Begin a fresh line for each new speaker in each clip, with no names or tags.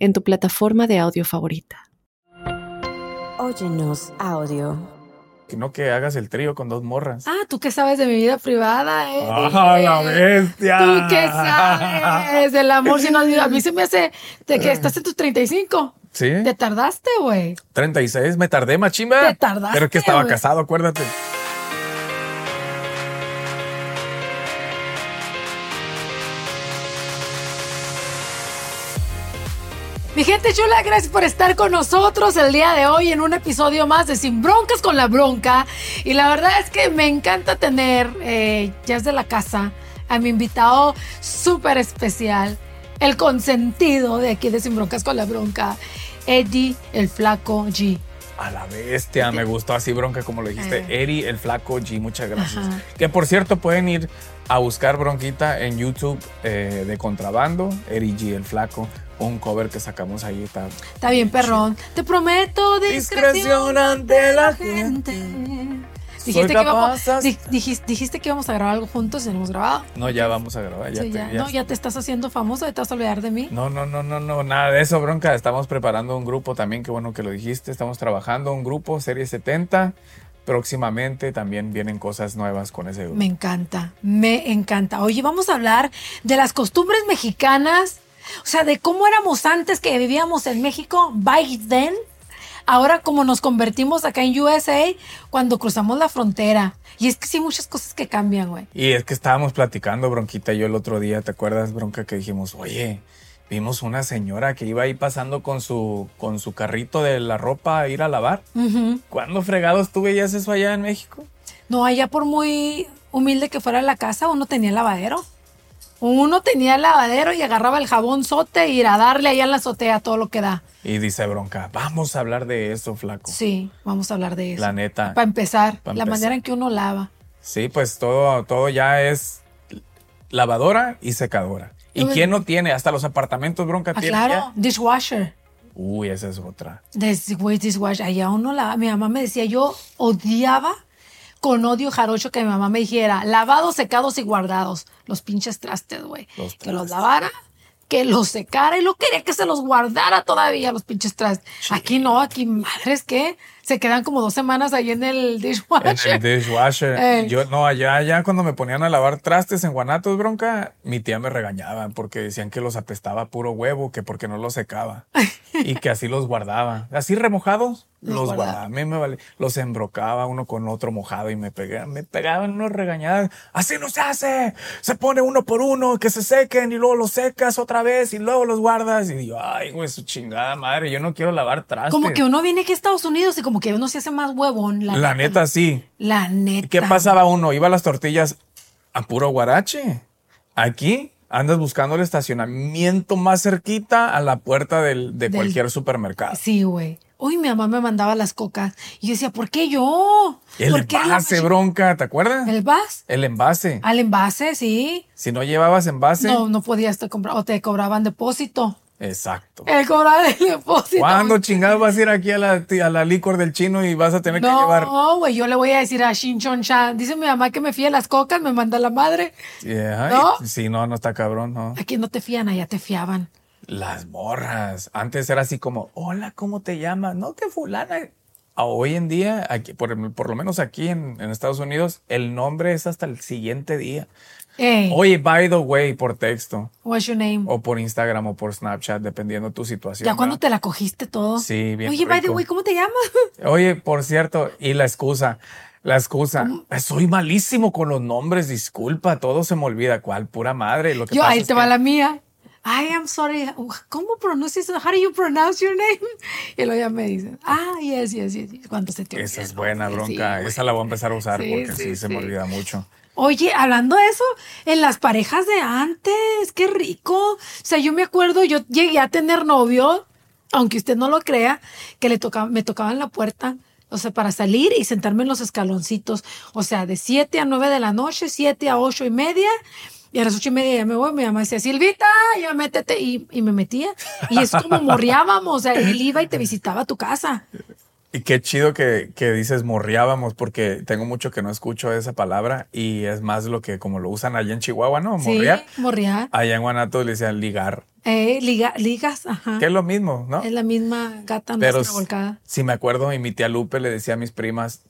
en tu plataforma de audio favorita.
Óyenos audio.
Que no que hagas el trío con dos morras.
Ah, tú qué sabes de mi vida privada, eh.
¡Ah, la bestia!
Tú qué sabes del amor. Si no, a mí se me hace de
Eh.
que estás en tus 35.
¿Sí?
Te tardaste, güey.
36, me tardé, machimba.
Te tardaste,
Ah, Pero es que estaba
güey.
casado, acuérdate.
Mi gente chula, gracias por estar con nosotros el día de hoy en un episodio más de Sin Broncas con la Bronca. Y la verdad es que me encanta tener, eh, ya es de la casa, a mi invitado súper especial, el consentido de aquí de Sin Broncas con la Bronca, Eddie el Flaco G.
A la bestia, me gustó así bronca como lo dijiste.
Ajá.
Eri, el flaco G, muchas gracias.
Eh. Ajá.
Que por cierto pueden ir a buscar bronquita en YouTube eh, de contrabando. Eri G, el flaco. Un cover que sacamos ahí está.
Está bien, perrón. Te prometo discreción
Discrecionante
ante la
la
gente.
Soy
Dijiste que, íbamos,
capaz-
di- dijis- dijiste que íbamos a grabar algo juntos y lo hemos grabado.
No, ya vamos a grabar. Ah, Ya
Sí,
te-
ya.
ya
no, ya te estás haciendo famoso, ya te vas a olvidar de mí.
No, no, no, no, no, nada de eso, bronca. Estamos preparando un grupo también, qué bueno que lo dijiste. Estamos trabajando un grupo, Serie 70. Próximamente también vienen cosas nuevas con ese grupo.
Me encanta, me encanta. Oye, vamos a hablar de las costumbres mexicanas, o sea, de cómo éramos antes que vivíamos en México, by then, ahora como nos convertimos acá en USA cuando cruzamos la frontera. Y es que sí, hay muchas cosas que cambian, güey.
Y es que estábamos platicando, bronquita, yo el otro día, ¿te acuerdas, bronca, que dijimos, oye, vimos una señora que iba ahí pasando con su, con su carrito de la ropa a ir a lavar?
Ujú.
¿Cuándo fregados tú veías eso allá en México?
No, allá por muy humilde que fuera la casa, uno tenía lavadero. Uno tenía lavadero y agarraba el jabón sote y ir a darle allá en la azotea todo lo que da.
Y dice, bronca, vamos a hablar de eso, flaco.
Sí, vamos a hablar de eso.
La neta.
Para empezar,
Pa'
la
empezar.
manera en que uno lava.
Sí, pues todo, todo ya es lavadora y secadora. ¿Y
Uy.
quién no tiene? Hasta los apartamentos, bronca,
Ah,
tiene
claro,
ya.
dishwasher.
Uy, esa es otra.
Des- güey, dishwasher. Allá uno lava. Mi mamá me decía, yo odiaba con odio jarocho que mi mamá me dijera, lavados, secados y guardados. Los pinches trastes, güey.
Los
Que los
trastes.
lavara, que los secara y lo quería que se los guardara todavía los pinches trastes. Aquí no, aquí madres que se quedan como dos semanas ahí en el
En
dishwasher.
el dishwasher.
Eh.
Yo, no, allá, allá cuando me ponían a lavar trastes en Guanatos, bronca, mi tía me regañaba porque decían que los apestaba puro huevo, que porque no los secaba y que así los guardaba. Así remojados, los,
Los
guardaba.
guardaba.
A mí me vale. Los embrocaba uno con otro mojado y me pegaban, me pegaban unos regañadas. Así no se hace. Se pone uno por uno, que se sequen y luego los secas otra vez y luego los guardas. Y digo, ay, güey, su chingada madre, yo no quiero lavar trastes.
Como que uno viene aquí a Estados Unidos y como que uno se hace más huevón. La,
La neta, sí.
La neta.
¿Qué pasaba uno? Iba a las tortillas a puro guarache. Aquí andas buscando el estacionamiento más cerquita a la puerta del- de
Del-
cualquier supermercado.
Sí, güey. Uy, mi mamá me mandaba las cocas. Y yo decía, ¿por qué yo?
El
¿Por qué la
envase,
machi-
bronca, ¿te acuerdas? El,
¿El vas?
envase.
Al envase, sí.
Si no llevabas envase,
No, no podías te comprar. O te cobraban depósito.
exacto.
El cobraba el depósito.
¿Cuándo chingado vas a ir aquí a la, ti- a la licor del chino y vas a tener que llevar?
No, güey, yo le voy a decir a Shin Chon Chan. Dice mi mamá que me fía las cocas, me manda la madre.
Yeah,
¿No?
y- Sí, no, no está cabrón, no.
Aquí no te fían, allá te fiaban.
Las morras. Antes era así como, hola, ¿cómo te llamas? No, que fulana. A- Hoy en día, aquí, por, por lo menos aquí en, en Estados Unidos, el nombre es hasta el siguiente día.
Ey,
Oye, Oh, by the way, por texto,
what's your name?
o por Instagram, o por Snapchat, dependiendo tu situación.
ya cuando
¿verdad?
te la cogiste todo.
Sí, bien
Oye, by the
rico.
way, ¿cómo te llamas?
Oye, por cierto, y la excusa, la excusa. "Eh, Soy malísimo con los nombres, disculpa, todo se me olvida. ¿Cuál? Pura madre. Lo que
Yo,
pasa
ahí
es
te
que-
va la mía. I am sorry. ¿Cómo pronuncias? How do you pronounce your name? Y luego ya me dicen, ah, yes, yes, yes. yes. Cuando se te olvida,
Esa es
¿no?
buena
Sí,
bronca.
sí,
Esa
güey.
la voy a empezar a usar
Sí,
porque sí,
sí,
se me
sí.
olvida mucho.
Oye, hablando de eso, en las parejas de antes, qué rico. O sea, yo me acuerdo, yo llegué a tener novio aunque usted no lo crea, que le toca, me tocaban la puerta, o sea, para salir y sentarme en los escaloncitos, o sea, de 7 a 9 de la noche, 7 a 8 y media. Y a las ocho y media ya me voy, mi mamá decía, Silvita, ya métete. Y, y me metía. Y es como morreábamos. O sea, él iba y te visitaba a tu casa.
Y qué chido que, que dices morreábamos, porque tengo mucho que no escucho esa palabra y es más lo que como lo usan allá en Chihuahua, ¿no? Morrear.
Sí, morrear.
Allá en Guanatos le decían ligar,
Eh, liga- ligas, ajá.
que es lo mismo, ¿no?
Es la misma gata
Pero
nuestra volcada.
si me acuerdo, y mi tía Lupe le decía a mis primas,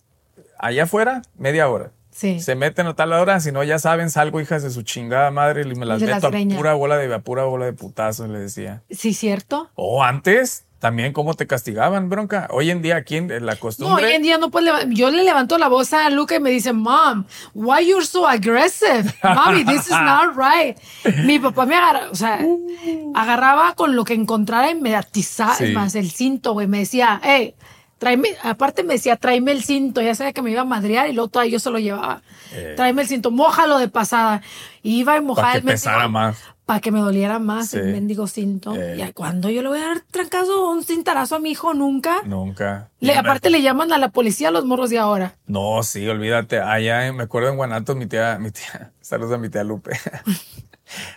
allá afuera, media hora.
Sí.
Se meten a tal hora, si no ya saben, salgo hijas de su chingada madre y me las
De las
meto a
greñas.
pura bola de a pura bola de putazos, le decía.
Sí, cierto.
O antes, también cómo te castigaban, bronca. Hoy en día aquí en la
No,
costumbre.
hoy en día no puedes leva- Yo le levanto la voz a Luca y me dice, Mom, why you're so aggressive? Mami, this is not right. Mi papá me agarra, o sea, agarraba con lo que encontrara y me atizaba,
Uh. Sí.
es más, el cinto, güey. Me decía, hey, tráeme, aparte me decía, tráeme el cinto. Ya sabía que me iba a madrear y luego todavía yo se lo llevaba. Tráeme el cinto, mójalo de pasada. Y iba y mojaba
Para Eh. que
el mendigo-
pesara más.
Para que me doliera más
Sí.
el mendigo cinto.
Eh.
¿Y a cuándo yo le voy a dar trancazo un cintarazo a mi hijo? Nunca.
Nunca.
Le- aparte le llaman a la policía a los morros de ahora.
No, sí, olvídate. Allá, en- me acuerdo en Guanatos, mi tía, mi tía, saludos a mi tía Lupe.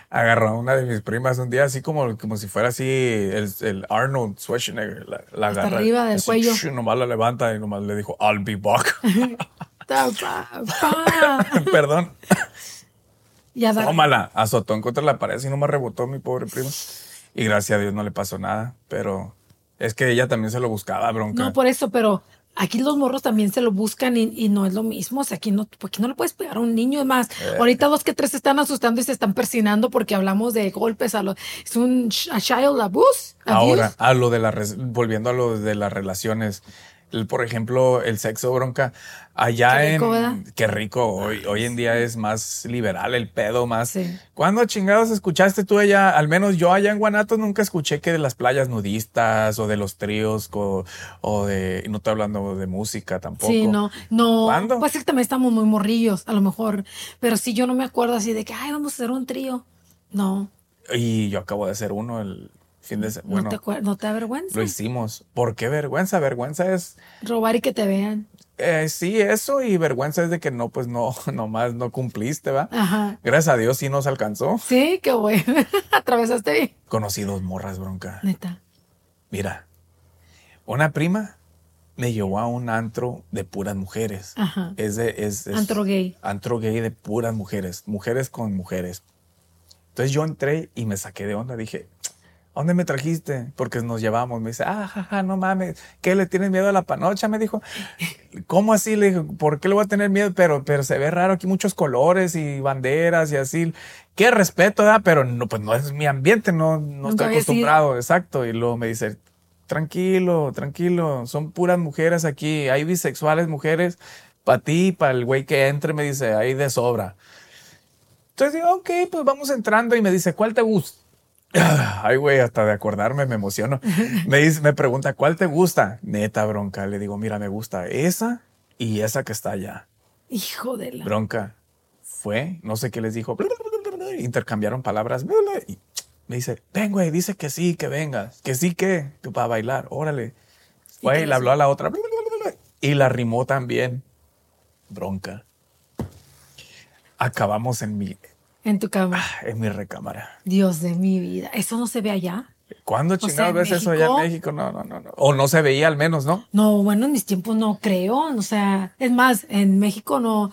Agarró a una de mis primas un día, así como, como si fuera así el, el Arnold Schwarzenegger. La, la
Hasta
agarra,
arriba del
así,
cuello.
shh, nomás la levanta y nomás le dijo, I'll be back.
Ta, pa, pa.
Perdón.
Y a dar-
Tómala. Azotó en contra la pared, así nomás rebotó mi pobre prima. Y gracias a Dios no le pasó nada, pero es que ella también se lo buscaba, bronca.
No por eso, pero aquí los morros también se lo buscan y, y no es lo mismo. O sea, aquí no, aquí no le puedes pegar a un niño. Es más,
Eh.
ahorita dos que tres se están asustando y se están persinando porque hablamos de golpes a los. Es un ch- a child abuse. abuse.
Ahora, a lo de la res- volviendo a lo de las relaciones. El- por ejemplo, el sexo bronca. Allá
Qué rico,
en.
¿verdad?
Qué rico. Hoy, hoy en día es más liberal el pedo, más.
Sí.
¿Cuándo chingados escuchaste tú allá? Al menos yo allá en Guanatos nunca escuché que de las playas nudistas o de los tríos co- o de. No estoy hablando de música tampoco.
Sí, no, no.
¿Cuándo?
Pues es que también estamos muy morrillos, a lo mejor. Pero sí, yo no me acuerdo así de que, ay, vamos a hacer un trío. No,
Y yo acabo de hacer uno el fin de semana.
no
Bueno,
te acuer- no te avergüenza.
lo hicimos. ¿Por qué vergüenza? Vergüenza es.
Robar y que te vean.
eh, sí, eso y vergüenza es de que no, pues no, nomás no cumpliste, ¿va?
Ajá.
Gracias a Dios sí nos alcanzó.
Sí, qué bueno. Atravesaste bien.
Conocí dos morras, bronca.
Neta.
Mira, una prima me llevó a un antro de puras mujeres.
Ajá.
Es de, es, es-
Ah. Antro gay.
Antro gay de puras mujeres, mujeres con mujeres. Entonces yo entré y me saqué de onda. Dije, ¿a dónde me trajiste? Porque nos llevamos. Me dice, ah, jaja, no mames, ¿qué le tienes miedo a la panocha? Me dijo, ¿cómo así? Le dije, ¿por qué le voy a tener miedo? Pero, pero se ve raro aquí muchos colores y banderas y así. Qué respeto, da, pero no, pues no es mi ambiente, no, no
Nunca
estoy
había sido.
acostumbrado, exacto. Y luego me dice, tranquilo, tranquilo, son puras mujeres aquí, hay bisexuales mujeres, para ti, para el güey que entre, me dice, hay de sobra. Entonces digo, ok, pues vamos entrando y me dice, ¿cuál te gusta? Ay, güey, hasta de acordarme me emociono. Me, dice, me pregunta, ¿cuál te gusta? Neta, bronca. Le digo, mira, me gusta esa y esa que está allá.
Hijo de la.
Bronca. Fue, no sé qué les dijo. Intercambiaron palabras. Y me dice, ven, güey, dice que sí, que vengas. Que sí, que, que para bailar. Órale.
qué
Güey,
les-
le habló a la otra. Y la rimó también. Bronca. Acabamos en mi,
En tu cama.
en mi recámara.
Dios de mi vida. ¿Eso no se ve allá?
¿Cuándo
sea,
chingados
en
ves eso allá en México?
México.
No, no, no, no. O no se veía al menos, ¿no?
No, bueno, en mis tiempos no creo. O sea, es más, en México no.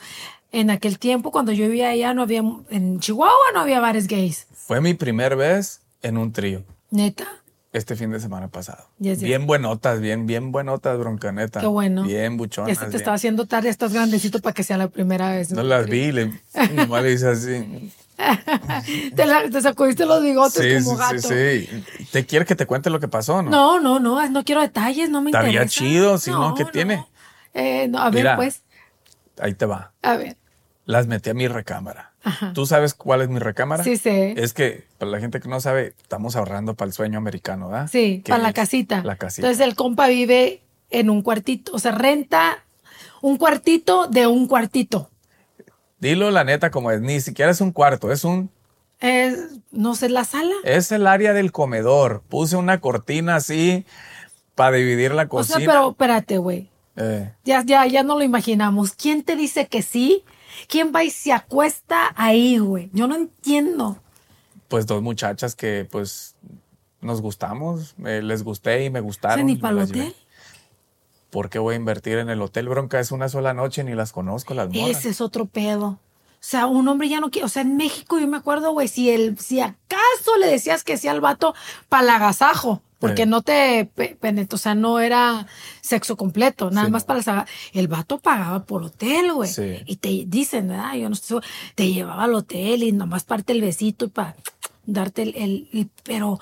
En aquel tiempo, cuando yo vivía allá, no había. En Chihuahua no había bares gays.
Fue mi primer vez en un trío
Neta.
este fin de semana pasado.
Ya sé.
Bien buenotas, bien, bien buenotas, broncaneta.
Qué bueno.
Bien buchonas.
Ya se te
bien.
estaba haciendo tarde, estás grandecito para que sea la primera vez.
No las vi, le, nomás le hice así.
Te, la- te sacudiste los bigotes
Sí, sí,
como gato.
sí, sí. ¿Te quieres que te cuente lo que pasó o no?
No, no, no, no quiero detalles, no me
Estaría
interesa.
chido, si no, ¿qué tiene?
Eh, no, a ver,
Mira.
pues,
Ahí te va.
a ver.
Las metí a mi recámara.
Ajá.
¿Tú sabes cuál es mi recámara?
Ah. Sí sé.
Es que, para la gente que no sabe, estamos ahorrando para el sueño americano, ¿verdad?
Sí,
Que
para la
es
casita.
La casita.
Entonces el compa vive en un cuartito, o sea, renta un cuartito de un cuartito.
Dilo la neta como es, ni siquiera es un cuarto, es un
Es, no sé, la sala.
Es el área del comedor. Puse una cortina así para dividir la
O sea,
cocina.
pero espérate, güey.
Eh,
Ya, ya, ya no lo imaginamos. ¿Quién te dice que sí? ¿Quién va y se acuesta ahí, güey? Yo no entiendo.
pues dos muchachas que pues nos gustamos, eh, les gusté y me
O
gustaron.
sea, ni
me
para el
las llevé.
hotel.
¿Por qué voy a invertir en el hotel, bronca? Es una sola noche, ni las conozco las morras.
Ese es otro pedo. O sea, un hombre ya no quiere. O sea, en México yo me acuerdo, güey, si el, si acaso le decías que sí al vato palagasajo, porque
Eh.
no te pe- penet- o sea, no era sexo completo, nada
Sí,
más
no.
para saga- El vato pagaba por hotel, güey.
Sí.
Y te dicen, ¿verdad? Yo no estoy segura, Te llevaba al hotel y nomás parte el besito y para darte el, el- el- pero.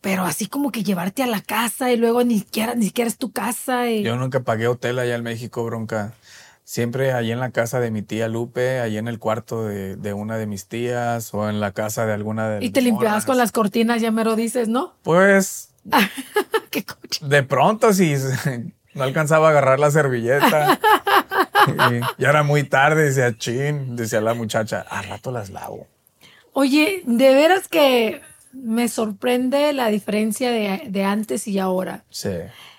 Pero así como que llevarte a la casa y luego ni siquiera, ni siquiera es tu casa. Y...
Yo nunca pagué hotel allá en México, bronca. Siempre allí en la casa de mi tía Lupe, allí en el cuarto de, de una de mis tías o en la casa de alguna de
Y te limpiabas
limpiabas
con las cortinas, ya me lo dices, ¿no?
Pues
Qué coche.
de pronto si no alcanzaba a agarrar la servilleta. y ya era muy tarde, decía chin, decía la muchacha, a rato las lavo.
Oye, de veras que me sorprende la diferencia de, de antes y ahora.
Sí.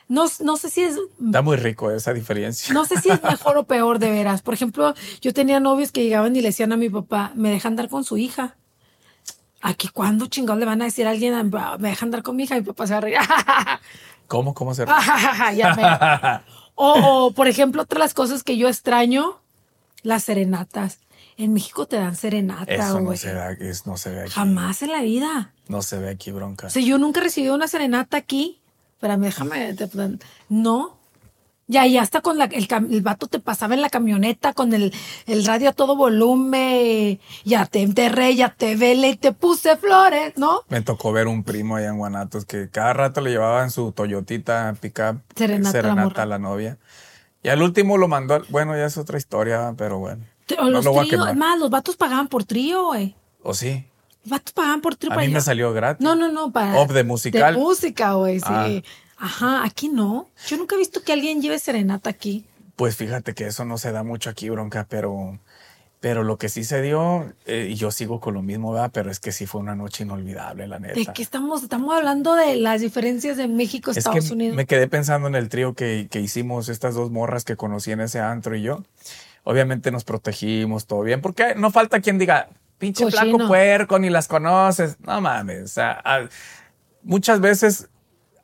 No, no sé si es.
Está muy rico esa diferencia.
No sé si es mejor o peor, de veras. Por ejemplo, yo tenía novios que llegaban y le decían a mi papá, me deja andar con su hija. Aquí, ¿cuándo chingados le van a decir a alguien, "Ah, me deja andar con mi hija? Y mi papá se va a reír.
¿Cómo, cómo se
Ya me- O, o, por ejemplo, otra de las cosas que yo extraño, las serenatas. En México te dan serenata,
Eso no
güey.
se, da, es- no se ve aquí.
Jamás en la vida.
No se ve aquí, bronca.
O sea, yo nunca he recibido una serenata aquí. Espérame, déjame. te- te- no. Ya, y hasta con la- el, cam- el vato te pasaba en la camioneta con el, el radio a todo volumen. Ya te enterré, ya te vele y te puse flores, ¿no?
Me tocó ver un primo allá en Guanatos que cada rato le llevaban su Toyotita pickup
Serenata a la morra.
a la novia. Y al último lo mandó. al- Bueno, ya es otra historia, pero bueno.
Te- o
No
los
lo voy a
tríos,
quemar.
más, los vatos pagaban por trío, güey.
¿O sí?
Los vatos pagaban por trío
A
para
mí me
llevar-
salió gratis.
No, no, no, para.
Oh, de musical.
De música, güey, sí.
Ah.
Ajá, aquí no. Yo nunca he visto que alguien lleve serenata aquí.
Pues fíjate que eso no se da mucho aquí, bronca, pero, pero lo que sí se dio, eh, y yo sigo con lo mismo, ¿verdad? Pero es que sí fue una noche inolvidable, la neta.
¿De qué estamos? Estamos hablando de las diferencias de México,
Es
Estados
que
Unidos.
me quedé pensando en el trío que, que hicimos, estas dos morras que conocí en ese antro y yo. Obviamente nos protegimos, todo bien, porque no falta quien diga, pinche
Cochino.
flaco puerco, ni las conoces. No mames. o sea, a- muchas veces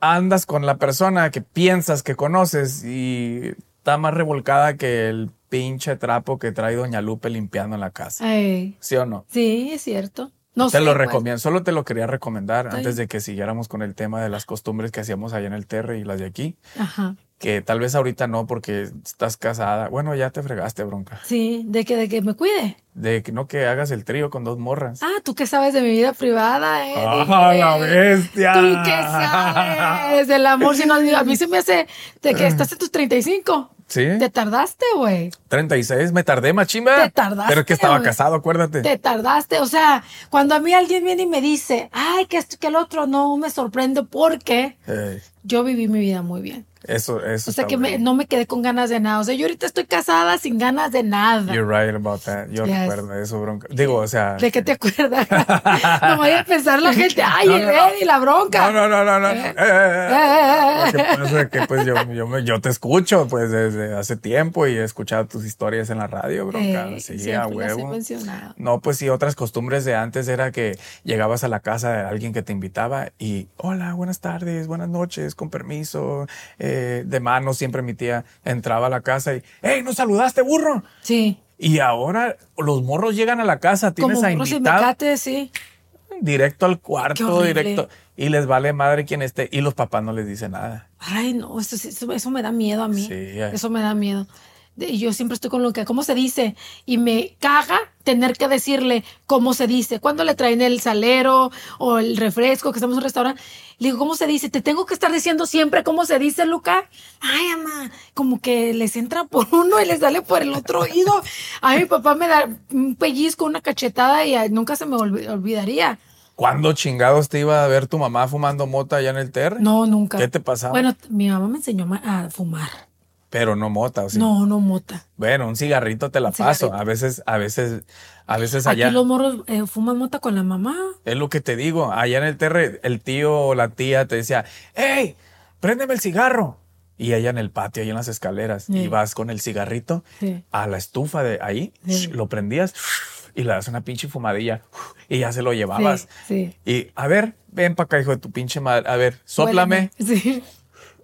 andas con la persona que piensas que conoces y está más revolcada que el pinche trapo que trae Doña Lupe limpiando la casa.
Ay,
¿Sí o no?
sí, es cierto. No
te
sé,
lo
pues.
recomiendo, solo te lo quería recomendar
Está
antes
bien.
de que siguiéramos con el tema de las costumbres que hacíamos allá en el Terre y las de aquí
Ajá.
que tal vez ahorita no porque estás casada. Bueno, ya te fregaste, bronca.
Sí, de que, de que me cuide.
De que no que hagas el trío con dos morras.
Ah, tú qué sabes de mi vida privada, eh.
¡Ah,
Dije,
la bestia!
Tú qué sabes del amor. Si no, a mí se me hace de que estás en tus 35.
¿Sí?
Te tardaste, güey.
36, me tardé, machimba.
Te tardaste,
Pero es que estaba
güey.
casado, acuérdate.
Te tardaste. O sea, cuando a mí alguien viene y me dice, ay, que esto y que el otro, no me sorprende porque
Ey,
yo viví mi vida muy bien.
eso, eso.
O sea
está
que me-
bueno.
no me quedé con ganas de nada. O sea, yo ahorita estoy casada sin ganas de nada.
You're right about that. Yo
Yes.
recuerdo eso, bronca. Digo, o sea.
¿De qué te acuerdas? no vaya a pensar la gente, ay,
No,
el
no, no.
Eddie, la bronca.
No, no, no, no, no. Eh, eh, eh,
eh,
Lo
eh.
que pasa es que pues yo, yo, me- yo te escucho pues desde hace tiempo y he escuchado tus historias en la radio, bronca.
Eh,
sí, a
siempre las he
huevo.
mencionado.
No, pues sí, otras costumbres de antes era que llegabas a la casa de alguien que te invitaba y hola, buenas tardes, buenas noches, con permiso, eh, de mano siempre mi tía entraba a la casa y, hey, ¿no saludaste, burro?
Sí.
Y ahora los morros llegan a la casa, tienes
Como
a
burros y
invitar
mecates, sí.
directo al
Qué
cuarto,
horrible.
directo, y les vale madre quien esté y los papás no les dicen nada.
Ay, no, eso, sí- eso, eso me da miedo a mí.
Sí, ay.
eso me da miedo. De- y yo siempre estoy con lo que, ¿cómo se dice? Y me caga tener que decirle cómo se dice. Cuando le traen el salero o el refresco, que estamos en un restaurante, le digo, ¿cómo se dice? Te tengo que estar diciendo siempre cómo se dice, Luca. Ay, ama, como que les entra por uno y les sale por el otro oído. A mi papá me da un pellizco, una cachetada y ay, nunca se me olvi- olvidaría.
¿Cuándo chingados te iba a ver tu mamá fumando mota allá en el terre?
No, nunca.
¿Qué te pasaba?
Bueno, t- mi mamá me enseñó ma- a fumar.
Pero no mota, o sea.
No, no mota.
Bueno, un cigarrito te la
Un
paso.
cigarrito.
A veces, a veces, a veces allá.
Aquí los morros eh, fuman mota con la mamá.
Es lo que te digo. Allá en el terre, el tío o la tía te decía, hey, préndeme el cigarro. Y allá en el patio, ahí en las escaleras, y
Sí.
vas con el cigarrito
Sí.
a la estufa de ahí,
Sí.
lo prendías y le das una pinche fumadilla y ya se lo llevabas.
Sí, sí.
Y a ver, ven para acá, hijo de tu pinche madre. A ver, sóplame.
Huéleme. Sí.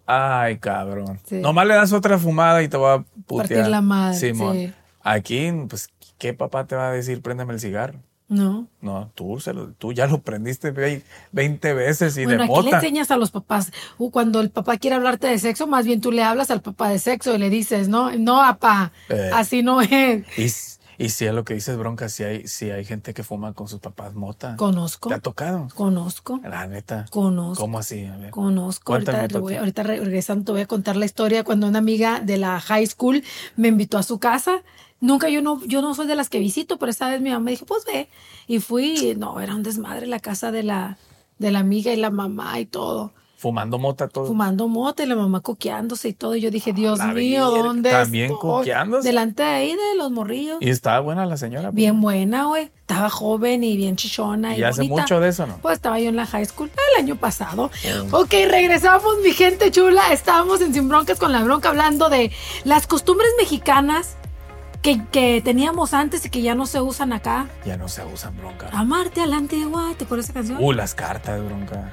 Ay, cabrón.
Sí.
Nomás le das otra fumada y te va a putear.
Partir la madre,
Simón.
sí.
Aquí, pues, ¿qué papá te va a decir? Préndeme el cigarro.
No.
No, tú, se lo- tú ya lo prendiste vei- 20 veces y
bueno,
de
aquí le
mota.
enseñas a los papás. Uh, cuando el papá quiere hablarte de sexo, más bien tú le hablas al papá de sexo y le dices, no, no, papá,
Eh.
así no es.
Y, s- y si es lo que dices, bronca, si hay, si hay gente que fuma con sus papás mota.
Conozco,
¿Te ha tocado?
conozco,
La neta.
conozco,
¿Cómo así? A ver.
conozco.
Cuéntame,
Ahorita, le voy-
Toti.
ahorita re- regresando te voy a contar la historia cuando una amiga de la high school me invitó a su casa. Nunca yo no, yo no soy de las que visito, pero esa vez mi mamá me dijo, pues ve. Y fui, no, era un desmadre la casa de la, de la amiga y la mamá y todo.
Fumando mota todo.
fumando mota y la mamá coqueándose y todo. Y yo dije, Dios
la
mío,
virgen,
¿dónde
¿también
estoy?
coqueándose?
Delante de ahí de los morrillos.
Y estaba buena la señora. pues.
Bien buena, güey. Estaba joven y bien chichona.
¿Y
Y,
hace
bonita.
mucho de eso, no? Pues,
Pues estaba yo en la high school el año pasado. Ok, regresamos, mi gente chula. Estábamos en Sin Broncas con la Bronca hablando de las costumbres mexicanas que, que teníamos antes y que ya no se usan acá.
Ya no se usan bronca.
Amarte a la antigua, ¿te acuerdas de esa canción?
Uh, las cartas, bronca.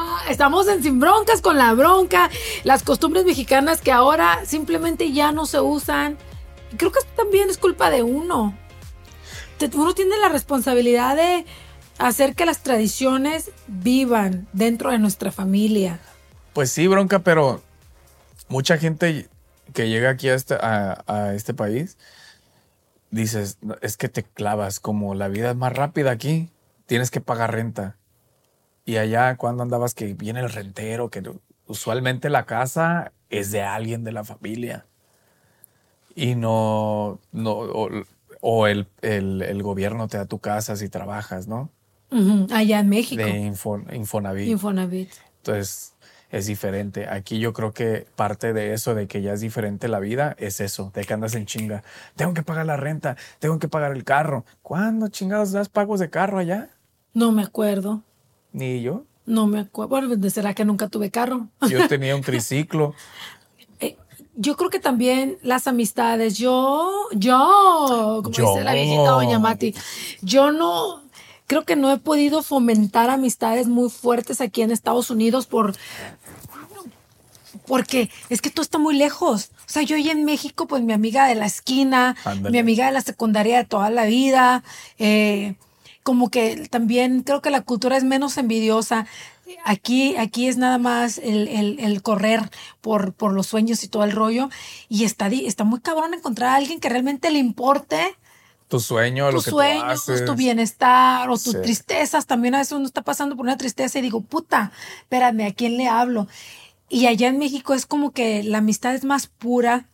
Estamos en Sin Broncas con la bronca. Las costumbres mexicanas que ahora simplemente ya no se usan. Y Creo que esto también es culpa de uno. Te- Uno tiene la responsabilidad de hacer que las tradiciones vivan dentro de nuestra familia.
Pues sí, bronca, pero mucha gente que llega aquí a este, a- a este país, dices, "No, es que te clavas, como la vida es más rápida aquí, tienes que pagar renta. Y allá cuando andabas que viene el rentero, que usualmente la casa es de alguien de la familia. Y no, no o, o el, el- el gobierno te da tu casa si trabajas, ¿no?
Ujú, Allá en México.
De Info- Infonavit.
Infonavit.
Entonces es diferente. Aquí yo creo que parte de eso, de que ya es diferente la vida, es eso, de que andas en chinga. Tengo que pagar la renta, tengo que pagar el carro. ¿Cuándo chingados das pagos de carro allá?
No me acuerdo.
Ni yo.
No me acuerdo. Bueno, ¿será que nunca tuve carro?
Yo tenía un triciclo.
Eh, yo creo que también las amistades, yo, yo, como
Yo.
dice la viejita doña Mati, yo no, creo que no he podido fomentar amistades muy fuertes aquí en Estados Unidos por, porque es que todo está muy lejos. O sea, yo ya en México, pues mi amiga de la esquina,
Ándale.
mi amiga de la secundaria de toda la vida, eh, como que también creo que la cultura es menos envidiosa. Aquí, aquí es nada más el, el- el correr por, por los sueños y todo el rollo. Y está, di- está muy cabrón encontrar a alguien que realmente le importe
Tu sueño, lo
tus
que tú
sueños,
haces.
tu bienestar o tus
Sí.
tristezas. También a veces uno está pasando por una tristeza y digo, puta, espérame, ¿a quién le hablo? Y allá en México es como que la amistad es más pura,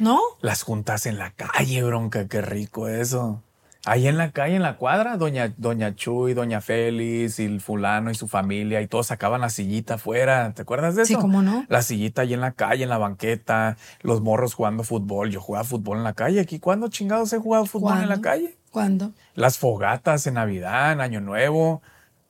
¿no?
Las juntas en la calle, bronca, qué rico eso. Ahí en la calle, en la cuadra, doña, doña Chuy, doña Félix y el fulano y su familia y todos sacaban la sillita afuera. ¿Te acuerdas de eso?
Sí, cómo no.
La sillita ahí en la calle, en la banqueta, los morros jugando fútbol. Yo jugaba fútbol en la calle. ¿Aquí cuándo chingados he jugado fútbol en la
¿Cuándo?
calle?
¿Cuándo?
Las fogatas en Navidad, en Año Nuevo.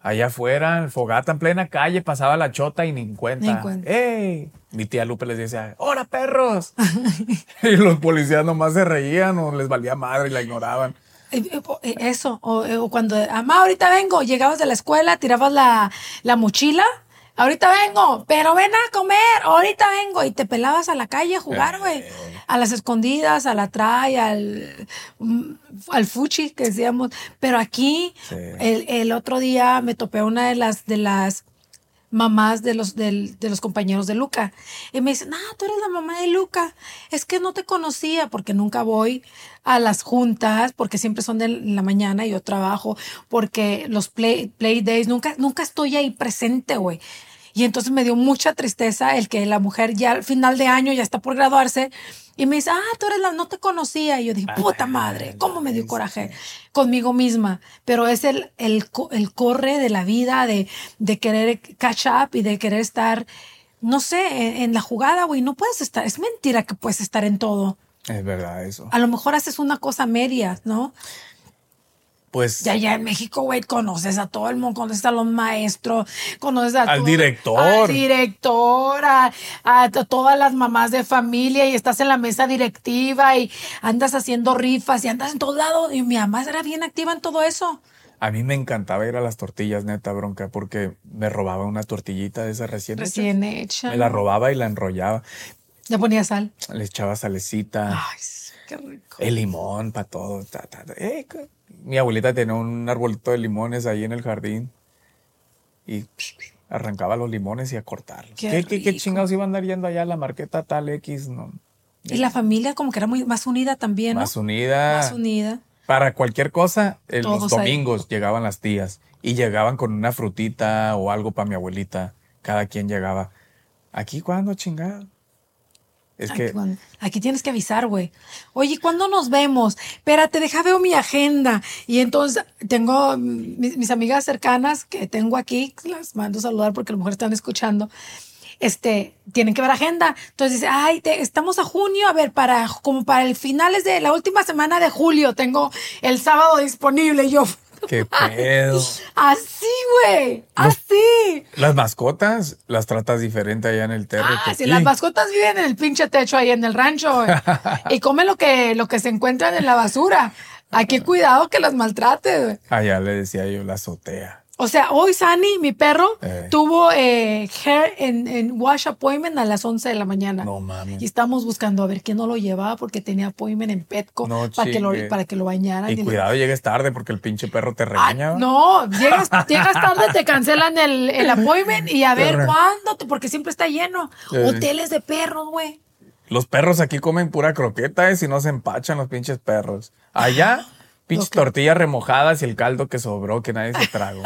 Allá afuera, fogata en plena calle, pasaba la chota y ni en cuenta.
Ni en cuenta.
¡Ey! Mi tía Lupe les decía, ¡Hola, perros! y los policías nomás se reían o les valía madre y la ignoraban.
Eh, eh, o- eh, Eso, o, eh, o cuando, mamá, ahorita vengo, llegabas de la escuela, tirabas la, la mochila, ahorita vengo, pero ven a comer, ahorita vengo, y te pelabas a la calle a jugar, güey, a las escondidas, a la tray, al, mm, al fuchi, que decíamos, pero aquí,
Sí.
el, el otro día me topé a una de las, de las mamás de los, del- de los compañeros de Luca. Y me dicen, ah, tú eres la mamá de Luca. Es que no te conocía porque nunca voy a las juntas, porque siempre son de la mañana y yo trabajo, porque los play, play days, nunca, nunca estoy ahí presente, güey. Y entonces me dio mucha tristeza el que la mujer ya al final de año ya está por graduarse y me dice, ah, tú eres la, no te conocía. Y yo dije, puta madre, ¿cómo me dio coraje? conmigo misma, pero es el, el, co- el corre de la vida, de, de querer catch up y de querer estar, no sé, en, en la jugada, güey, no puedes estar, es mentira que puedes estar en todo.
Es verdad eso.
A lo mejor haces una cosa a medias, ¿no?
Pues
Ya, ya en México, güey, conoces a todo el mundo, conoces a los maestros, conoces a
Al
todo-
director.
al director, a, a t- todas las mamás de familia y estás en la mesa directiva y andas haciendo rifas y andas en todos lados. Y mi mamá era bien activa en todo eso.
a mí me encantaba ir a las tortillas, neta, bronca, porque me robaba una tortillita de esa recién. hecha.
Recién hecha.
Me la robaba y la enrollaba.
Le ponía sal.
Le echaba salecita.
Ay, sí, qué rico.
El limón para todo. ta, ta, ta. Eh, co- mi abuelita tenía un arbolito de limones ahí en el jardín y psh, psh, arrancaba los limones y a cortarlos.
Qué
¿Qué, qué, qué
rico.
chingados iban a andar yendo allá a la marqueta tal X? No.
Y la familia como que era muy más unida también, ¿no?
Más unida.
Más unida.
Para cualquier cosa, en los
Todos ahí.
domingos llegaban las tías y llegaban con una frutita o algo para mi abuelita. Cada quien llegaba. ¿Aquí cuándo, chingada? Es
Ay,
que
qué bueno. Aquí tienes que avisar, güey. Oye, ¿cuándo nos vemos? Espérate, deja veo mi agenda. Y entonces tengo mm, mis, mis amigas cercanas que tengo aquí, las mando a saludar porque a lo mejor están escuchando. Este, tienen que ver agenda. Entonces dice, ay, te- estamos a junio, a ver, para como para el finales de la última semana de julio, tengo el sábado disponible. Y yo,
qué pedo.
así, güey,
Nos-
así.
Las mascotas las tratas diferente allá en el terreno.
Ah, si las mascotas viven en el pinche techo ahí en el rancho güey. y comen lo que, lo que se encuentran en la basura. Aquí cuidado que las maltrate. güey.
Allá le decía yo la azotea.
O sea, hoy Sani, mi perro,
Eh.
tuvo eh, hair en, en wash appointment a las 11 de la mañana.
No mames.
Y estamos buscando a ver quién no lo llevaba porque tenía appointment en Petco
No
para, que lo,
chingue.
para que lo bañaran.
Y
le-
cuidado, llegues tarde porque el pinche perro te
Ah,
regaña. ¿va?
no, llegas, llegas tarde, te cancelan el, el appointment y a ver
Perra.
cuándo, te- porque siempre está lleno.
Eh.
Hoteles de perros, güey.
Los perros aquí comen pura croqueta y si no se empachan los pinches perros. Allá,
Ah,
pinches tortillas remojadas y el caldo que sobró que nadie se tragó.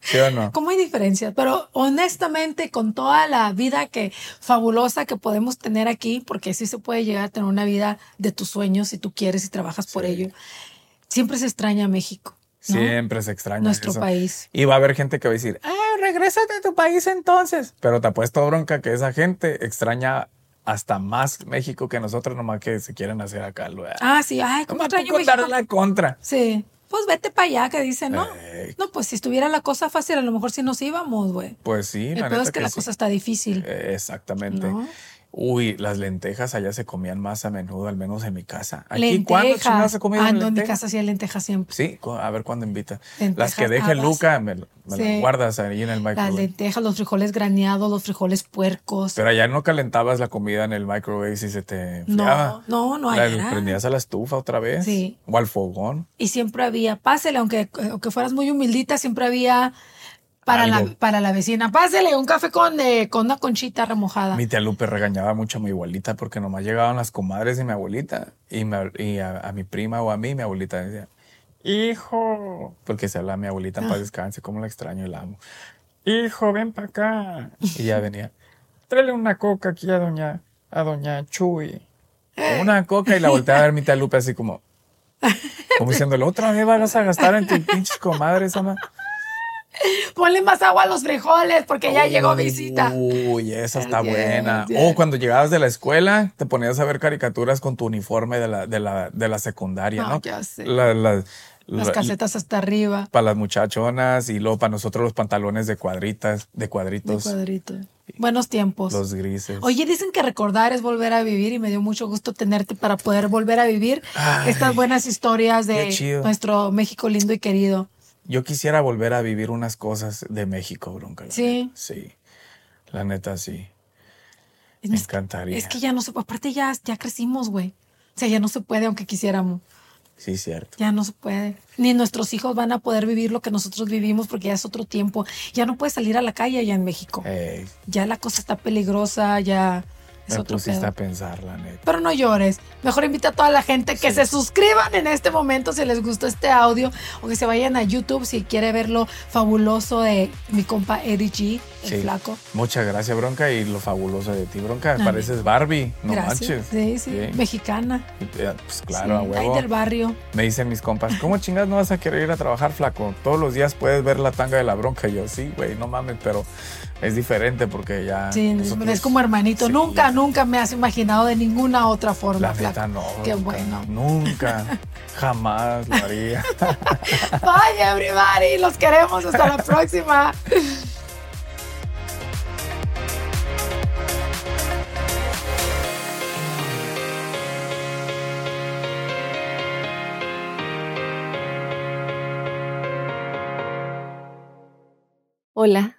¿Sí o no?
¿Cómo hay diferencias? Pero honestamente, con toda la vida que fabulosa que podemos tener aquí, porque sí se puede llegar a tener una vida de tus sueños si tú quieres y trabajas por
Sí.
ello, siempre se extraña México, ¿no?
Siempre se extraña
nuestro
eso.
país.
Y va a haber gente que va a decir, ah, regrésate a tu país entonces. Pero te apuesto bronca que esa gente extraña hasta más México que nosotros, nomás que se quieren hacer acá. lo-
Ah, sí, ay, cómo
Nomás por
extraño
contar
México.
la contra.
Sí, pues vete para allá, que dicen, ¿no?
Eh.
No, pues si estuviera la cosa fácil, a lo mejor sí nos íbamos, güey.
Pues sí,
El
la
peor
neta
es que, la
sí.
cosa está difícil.
Eh, Exactamente.
¿No?
Uy, las lentejas allá se comían más a menudo, al menos en mi casa. Aquí, ¿cuándo
lenteja.
chingados se comían
Ah, no, en mi
lentejas?
casa sí hay lenteja siempre.
Sí, cu- a ver cuándo invita.
Lentejas
las que deje
habas.
Luca, me, me
Sí.
las guardas ahí en el
Las
microwave.
lentejas, los frijoles graneados, los frijoles puercos.
Pero allá no calentabas la comida en el microwave si se te enfriaba.
No, no, no
La
allá.
prendías a la estufa otra vez.
Sí.
O al fogón.
y siempre había, pásele, aunque, aunque fueras muy humildita, siempre había para, la,
Algo.
para la vecina, pásele un café con, eh, con una conchita remojada.
Mi tía Lupe regañaba mucho a mi abuelita porque nomás llegaban las comadres y mi abuelita y, me- y a, a mi prima o a mí, mi abuelita decía, hijo, porque se habla mi abuelita en paz descanse, cómo la extraño y la amo. Hijo, ven para acá. Y ya venía, tráele una coca aquí a doña, a doña Chuy. Una coca y la volteaba a ver mi tía Lupe así como, como diciéndole, otra vez vas a gastar en tus pinches comadres, ama.
Ponle más agua a los frijoles porque ya llegó visita.
Uy, esa está
Yes,
buena.
yes.
O cuando llegabas de la escuela, te ponías a ver caricaturas con tu uniforme de la, de la, de la secundaria,
No,
¿no?
ya sé.
La- la-
Las
La-
casetas hasta arriba.
Para las muchachonas y luego para nosotros los pantalones de cuadritas, de
De
cuadritos,
cuadrito. Buenos tiempos.
los grises.
Oye, dicen que recordar es volver a vivir y me dio mucho gusto tenerte para poder volver a vivir
Ay,
estas buenas historias de
qué chido.
nuestro México lindo y querido.
Yo quisiera volver a vivir unas cosas de México, bronca. la
Sí.
neta. Sí. La neta, sí.
Es,
Me
es que-
encantaría.
Es que ya no se puede, aparte ya, ya crecimos, güey. O sea, ya no se puede aunque quisiéramos.
Sí, cierto.
Ya no se puede. Ni nuestros hijos van a poder vivir lo que nosotros vivimos porque ya es otro tiempo. Ya no puedes salir a la calle allá en México.
Ey,
Ya la cosa está peligrosa, ya es
me
otro
pusiste
pedo.
a pensar, la neta.
Pero no llores. Mejor invita a toda la gente que se suscriban en este momento si les gustó este audio o que se vayan a YouTube si quiere ver lo fabuloso de mi compa Eddie G, el
Sí.
flaco.
Muchas gracias, Bronca, y lo fabuloso de ti, Bronca.
Dale.
Pareces Barbie, no
Gracias.
manches.
Sí, sí, mexicana.
Eh, Pues claro, a
Sí,
huevo.
Ahí del barrio.
Me dicen mis compas, ¿cómo chingas no vas a querer ir a trabajar, flaco? Todos los días puedes ver la tanga de la bronca. Y yo, sí, güey, no mames, pero es diferente porque ya.
Sí,
nosotros-
es como hermanito.
Ah, pues, Sí,
nunca, nunca me has imaginado de ninguna otra
La
forma. flaco.
neta no.
Qué
Bronca,
bueno.
Nunca, jamás lo haría.
Bye, everybody. Los queremos. Hasta la próxima.
Hola,